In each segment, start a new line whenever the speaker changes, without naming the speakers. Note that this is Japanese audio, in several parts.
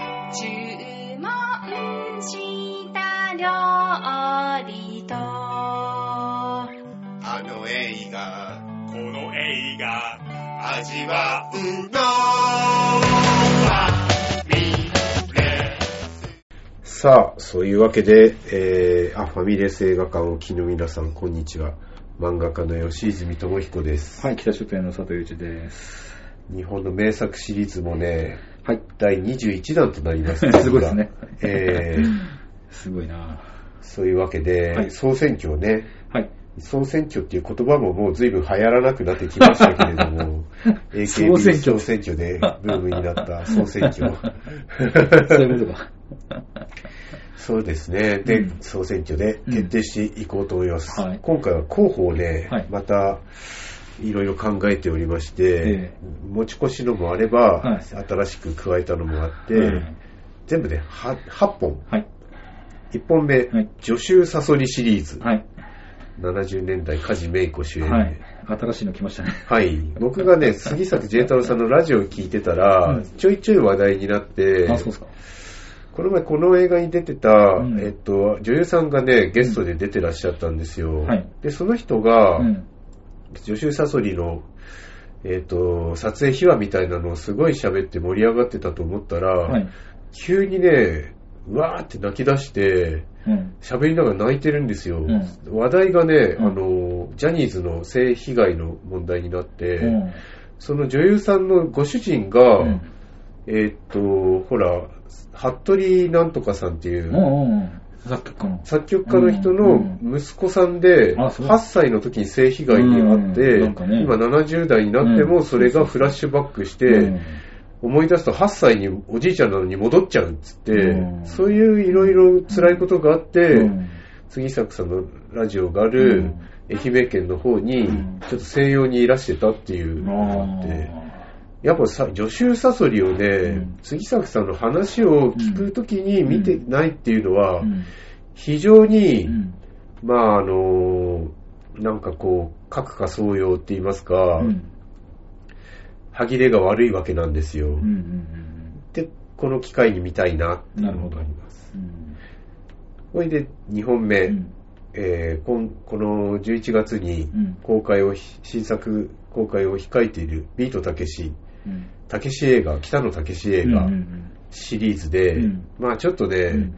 注文した料理と
あの映画、
この映画
味わうのはファミレ
さあ、そういうわけで、えー、アファミレス映画館をお聞きの皆さん、こんにちは。漫画家の吉泉智彦です。
はい、北書店の佐藤祐一です。
日本の名作シリーズもね、
はい。
第21弾とな ります
すごいですね
えー、
すごいな
そういうわけで、
はい
総選挙ね、
はい。
総選挙っていう言葉ももう随分流行らなくなってきましたけれど も、
総選
AKB
挙
総選挙でブームになった総選 挙。
そういうことか。
そうですね。で、
うん
総選挙で決定していこうと思います。
うんはい
今回は候補をね、
はい
また、いろいろ考えておりまして
え、
持ち越しのもあれば、
はい
新しく加えたのもあって、
うん
全部で 8, 本。
はい。
1本目、
はい
女囚サソリシリーズ。
はい。
70年代、梶芽衣子主演。
はい。新しいの来ましたね。
はい。僕がね、杉崎ジェイ太郎さんのラジオを聞いてたら、
うん
ちょいちょい話題になって、
あ、そうですか。
この前この映画に出てた、
ん
えっと、女優さんがね、ゲストで出てらっしゃったんですよ。
はい
で、その人が、
うん。
女囚サソリの、えっと、撮影秘話みたいなのをすごい喋って盛り上がってたと思ったら、
はい。
急にね、うわーって泣き出して、
うん。
喋りながら泣いてるんですよ。
う
話題がね、
うん
あの、ジャニーズの性被害の問題になって、
うん
その女優さんのご主人が、
うん
えっと、ほら、服部なんとかさんっていう、
うんうん。作曲家の。
作曲家の人の息子さんで、
あそう
8歳の時に性被害に遭って、
うんなんかね
今70代になって
う
も
ん
それがフラッシュバックして、
うん
思い出すと8歳におじいちゃんなのに戻っちゃうっつって、
うん
そういういろいろ辛いことがあって、
うん
杉作さんのラジオがある愛媛県の方に、
うん
ちょっと西洋にいらしてたっていうのがあって、やっぱさ、女囚サソリをね、
うん
杉作さんの話を聞くときに見てないっていうの
あ
は、
ーうん
非常に、
うん
まああのなんかこう、各家相用って言いますか、
うん
歯切れが悪いわけなんですよ。
うんうん
で、この機会に見たいなっていうのがあります。
うん
ほいで、2本目、
うん
えーこんこの11月に
うん
公開をひ、新作公開を控えているビートたけし、
うん
たけし映画、北野たけし映画
うんうん
シリーズで、
うん
まあちょっと
うん
ね、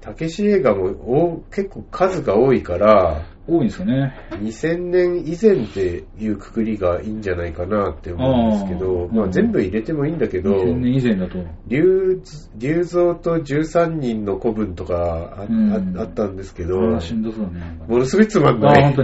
たけし映画もお結構数が多いから、
多いんですよね。
2000年以前っていうくくりがいいんじゃないかなって思うんですけど、
あー
まあ
うん
全部入れてもいいんだけど、
2000年以前だと。
竜竜像と13人の古文とかあ,あ、
うん
あったんですけど、
あー
も
しんどそうだね。なんかね
のすごいつまん
あ
な
あ、本
い
当。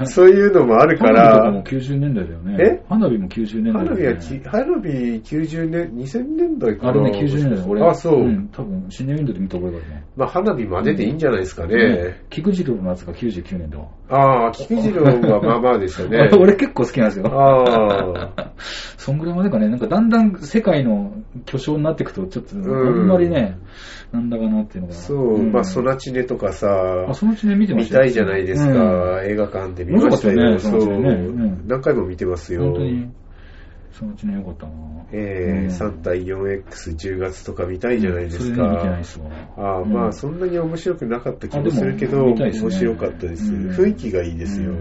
に。
そういうのもあるか
花火とか も
ら、
90年代だよね。
え
花火も90年代だ
花
よ
火
ね。
はき、花火90年、2000年代かな。
あれね、90年代だ俺。
あ、そう。
ん、多分、新年ウィンドウで見た覚えがあるね。
まあ花火真似でいいんじゃないですかね。
ね菊次郎の夏が99年だわ。
ああ、菊次郎はまあまあでしたね
あ。 俺結構好きなんですよ。
ああ。
そんぐらいまでかね、なんかだんだん世界の巨匠になっていくと、ちょっと、あんまりね、なんだかなっていうのが。
そう、
ん
まあ、ソナチネとかさ
あ、、そのうちね、見てま
見
したよ
たいじゃないですか、映画館で見ましたよ。
面白かったよ
そ
ね
う
ソナチネねうん
何回も見てます
うん
よ。
本当に、そのうちね、よかったな
えー、
うん
3対 4X10 月とか見たいじゃないですか。
それね見てないっすわ。
ああま
う
あ
ん
そんなに面白くなかった気
あ
も
でも
するけど、
見たいですね
面白かったです、
うん
雰囲気がいいですよ、
うん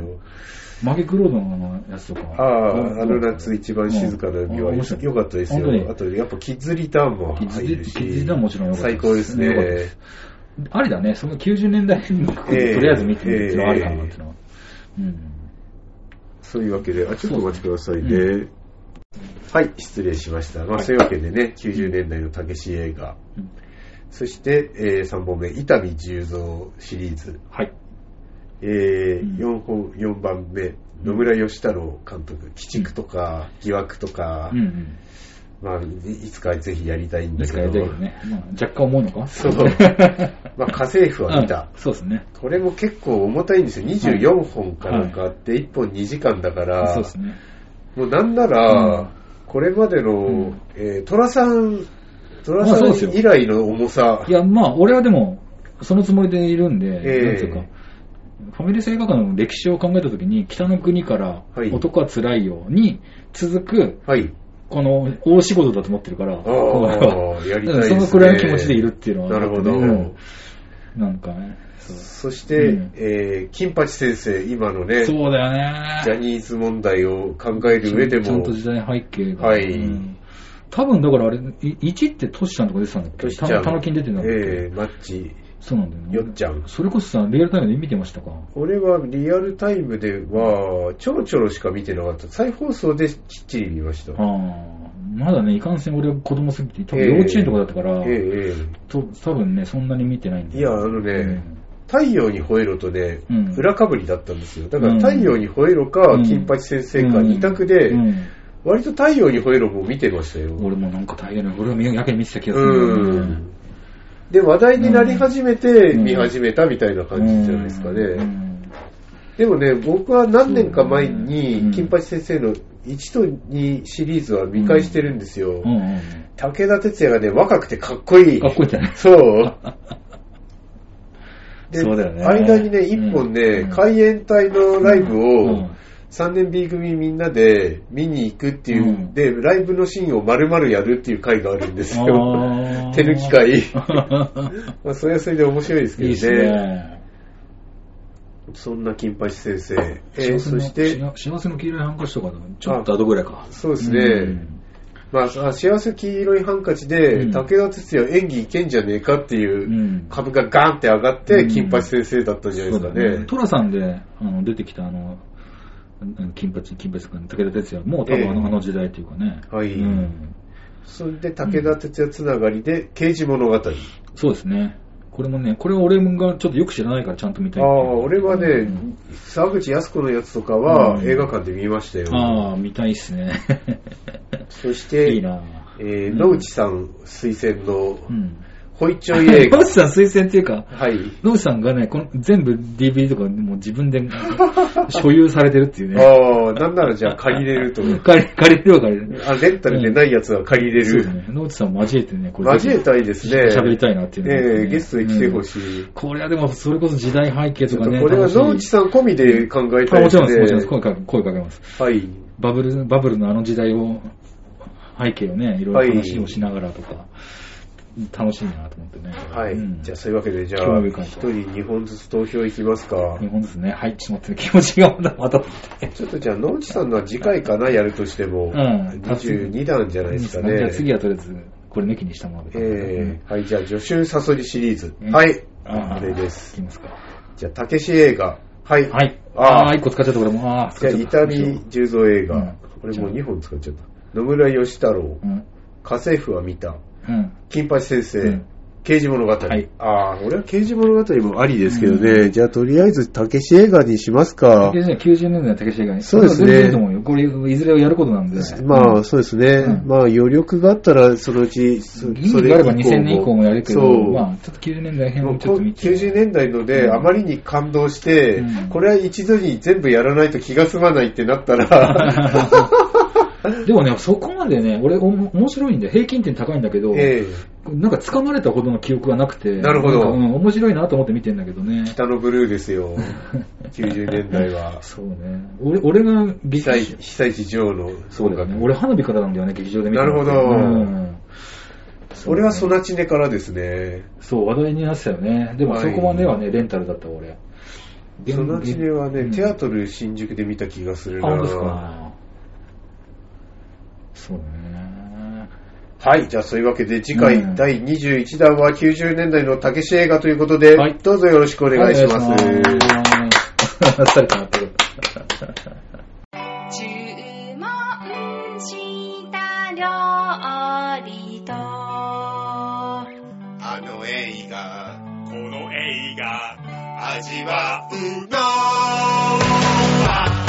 マゲクロードのやつとか。
あああの夏一番静かな海は
う
良
ん面白い
かったです
本当に
よあとやっぱキッズリターンも
キッズ
入
リ
るし
キッズリターンもちろん良かったで
最
す
高です
良かった
ね
でありだね、その90年代の曲をとりあえず見てみるっていうのはありかなっていうのは。
そういうわけで、あ、ちょっとお待ちくださいね。はい、失礼しました。まあ、そういうわけでね、90年代のたけし映画。
うん
そして、え3本目、伊丹十三シリーズ。
はい。
え
うん
4本、4番目、野村義太郎監督。鬼畜とか、疑惑とか、
うん
まあ、いいつかぜひやりたいん
うん。い
だ
つ
け
か
ど。
やりたいけどね。まあ、若干重いのか
そう。 まあ、家政 婦は見た。
うんそうですね。
これも結構重たいんですよ。24本かなんかあって、1本2時間だから。
そうですね。
もうなんなら、
うん
これまでの、
うん
えー、トラさん、トラさ
まあそ
ん
うですよ
以来の重さ
い、や、まあ、俺はでも、そのつもりでいるんで、なんて
ええ
いうか、ファミレス映画館の歴史を考えたときに、北の国から
はい
男は辛いように続く、
はい、
この、大仕事だと思ってるから、今回は。
あ あ、やりたいですね。
そのくらいの気持ちでいるっていうのは
なるほど。
うんなんかね。そう
そして、
うん
えー、金八先生、今のね、ジ
そうだよね。
ャニーズ問題を考える上で
ちゃん
も
と、時代背景が。
はい
うん多分だからあれ、い1ってトシちゃんとか出てたんだっけ
トシちゃん
たまたま金出てんだっけ、
えー、マッチ、
そうなんだよね。
よっちゃん。
それこそさ、リアルタイムで見てましたか
俺はリアルタイムでは、ちょろちょろしか見てなかった。再放送できっちり見ました。
ああ、まだね、いかんせん俺は子供すぎて、多
え
分
え
幼稚園とかだったから、
えええ
と多分ね、そんなに見てないんだ
え
よ
いや、あのね、
うん
太陽に吠えろとね、
うん
裏かぶりだったんですよ。だか
う
ら
ん
太陽に吠えろか、
うん
金八先生か、二択で、
うん
割と太陽に吠えろも見てましたよ。
俺もなんか大変な、俺はやけに見てた気がするんだよね
ん。で、話題になり始めて、
うん
見始めたみたいな感じじゃないですか
う
ね。
ん
でもね、僕は何年か前に
う、ん
金八先生の1と2シリーズは見返してるんですよ
う。んうん
武田鉄矢がね、若くてかっこいい。
かっこいいじゃない
そう。
そうだよね
間にね、一本
う
ね
ん、
海援隊のライブ
う
を
ん、
3年 B 組みんなで見に行くっていう、
うん
で、ライブのシーンを丸々やるっていう回があるんですよ。
あー
手抜き 会。まあ、それはそれで面白いですけ
いいっす
どね。
ね。
そんな金八先生。えー
幸せ
そ
の
して、
幸せの黄色いハンカチとかでもちょっと後ぐらいか。
そうですね。
うん
まあ、あ幸せ黄色いハンカチで、
うん
武田鉄矢演技いけんじゃねえかっていううん株がガーンって上がって、
うん
金八先生だったんじゃないですかね。
トラさんであの出てきたあの、うん金八、金八君、武田鉄矢、もう多分あの,、
ええ
あの時代というかね。
はい
うん
それで武田鉄矢つながりで、刑事物語。あ
そうですね。これもね、これは俺がちょっとよく知らないからちゃんと見たい
あ、俺はね、
うん
沢口靖子のやつとかは、
うん
映画館で見ましたよ。
ああ、見たいっすね。
そして、
いいな
えー野内さん推薦の、
うん。
ホイチョイ 映
野
画
口。さん推薦っていうか、
はい。
野口さんがね、この全部 DVD とかもう自分で 所有されてるっていうね。
ああ、なんならじゃあ借りれ ると。
借り、借りるは借りる。
あ、レンタルでないやつは借りれ
そうだ
る。
ね。野口さん交えてね、これ。
交えたいですね。
喋りたいなっていうのがあって
え
ね
えゲストに来てほしい。
これはでも、それこそ時代背景
ちょ
と
っ
か
と
ね。
これは
楽しい
野内さん込みで考えた
あ
い
も
で
ち
す
ろんです、もちろんです。
ね。
声かけ声かけます。
はい。
バブル、バブルのあの時代を、背景をね、いろいろ話をしながらとか、楽しいなと思ってね。
はい。
うん
じゃあ、そういうわけで、じゃ
興
あ、
味
一
深い
人2本ずつ投票いきますか。
日本ですね。はい、ちょっと待って、気持ちがまだまだって。
ちょっとじゃあ、野内さんのは次回かな、やるとしても。
うん
22弾じゃないですか
じゃあ
ね。
次はとりあえず、これ抜きにしたもので。
ええはい、じゃあ、助手サソリシリーズ。
うん
はい。
ああ、
これです。
いきますか。
じゃあ、たけし映画。はい。
はい。
あ
あ
あ
あ、一個使っちゃった、これも。ああ、
じ
使
ゃ
っ
あ、
ちゃ
伊
った。
丹十三映画。
うん
これもう2本使っちゃった。野村義太郎。
うん。
家政婦は見た。
うん。
金八先生、
うん
刑事物語。
はい
ああ、俺は刑事物語もありですけどね。じゃあ、とりあえず、たけし映画にしますか
竹。内さん90年代の竹下以外に。
そうですね
これは全然いいと思うよ。これ、いずれをやることなんで。
ま
う
あ、
ん
そうですね。
うん
まあ、余力があったら、そのうち、そ
意味があれば2000年以降もやるけ
そ
ど、
う。
まあ、ちょっと90年代編
もう
をちょっと見て。
90年代ので、
うん
あまりに感動して、
うん
これは一度に全部やらないと気が済まないってなった ら、
でもね、そこまでね、俺、おも面白いんで、平均点高いんだけど、
ええ
なんか掴まれたほどの記憶がなくて、
なるほど
んかうん、面白いなと思って見てんだけどね。
北のブルーですよ、90年代は。
そうね。俺俺が
被
劇
災被災地上の
そうだよね。俺、花火からなんだよね、劇場で見た
なるほど
うんそう
俺
ね
はソナチネからですね。
そう、話題になってたよね。でも、
はい
そこまではね、レンタルだったわ俺。
ソナチネは
う
ね、
ん
テアトル新宿で見た気がする
あ、本当です
な。
か。そうだね。
はい、じゃあそういうわけで次
う
回
ん
第21弾は90年代のたけし映画ということで
はい、
どうぞよろしくお願いします。
あっさりとなってる。
注文した料理と
あの映画
この映画
味わうの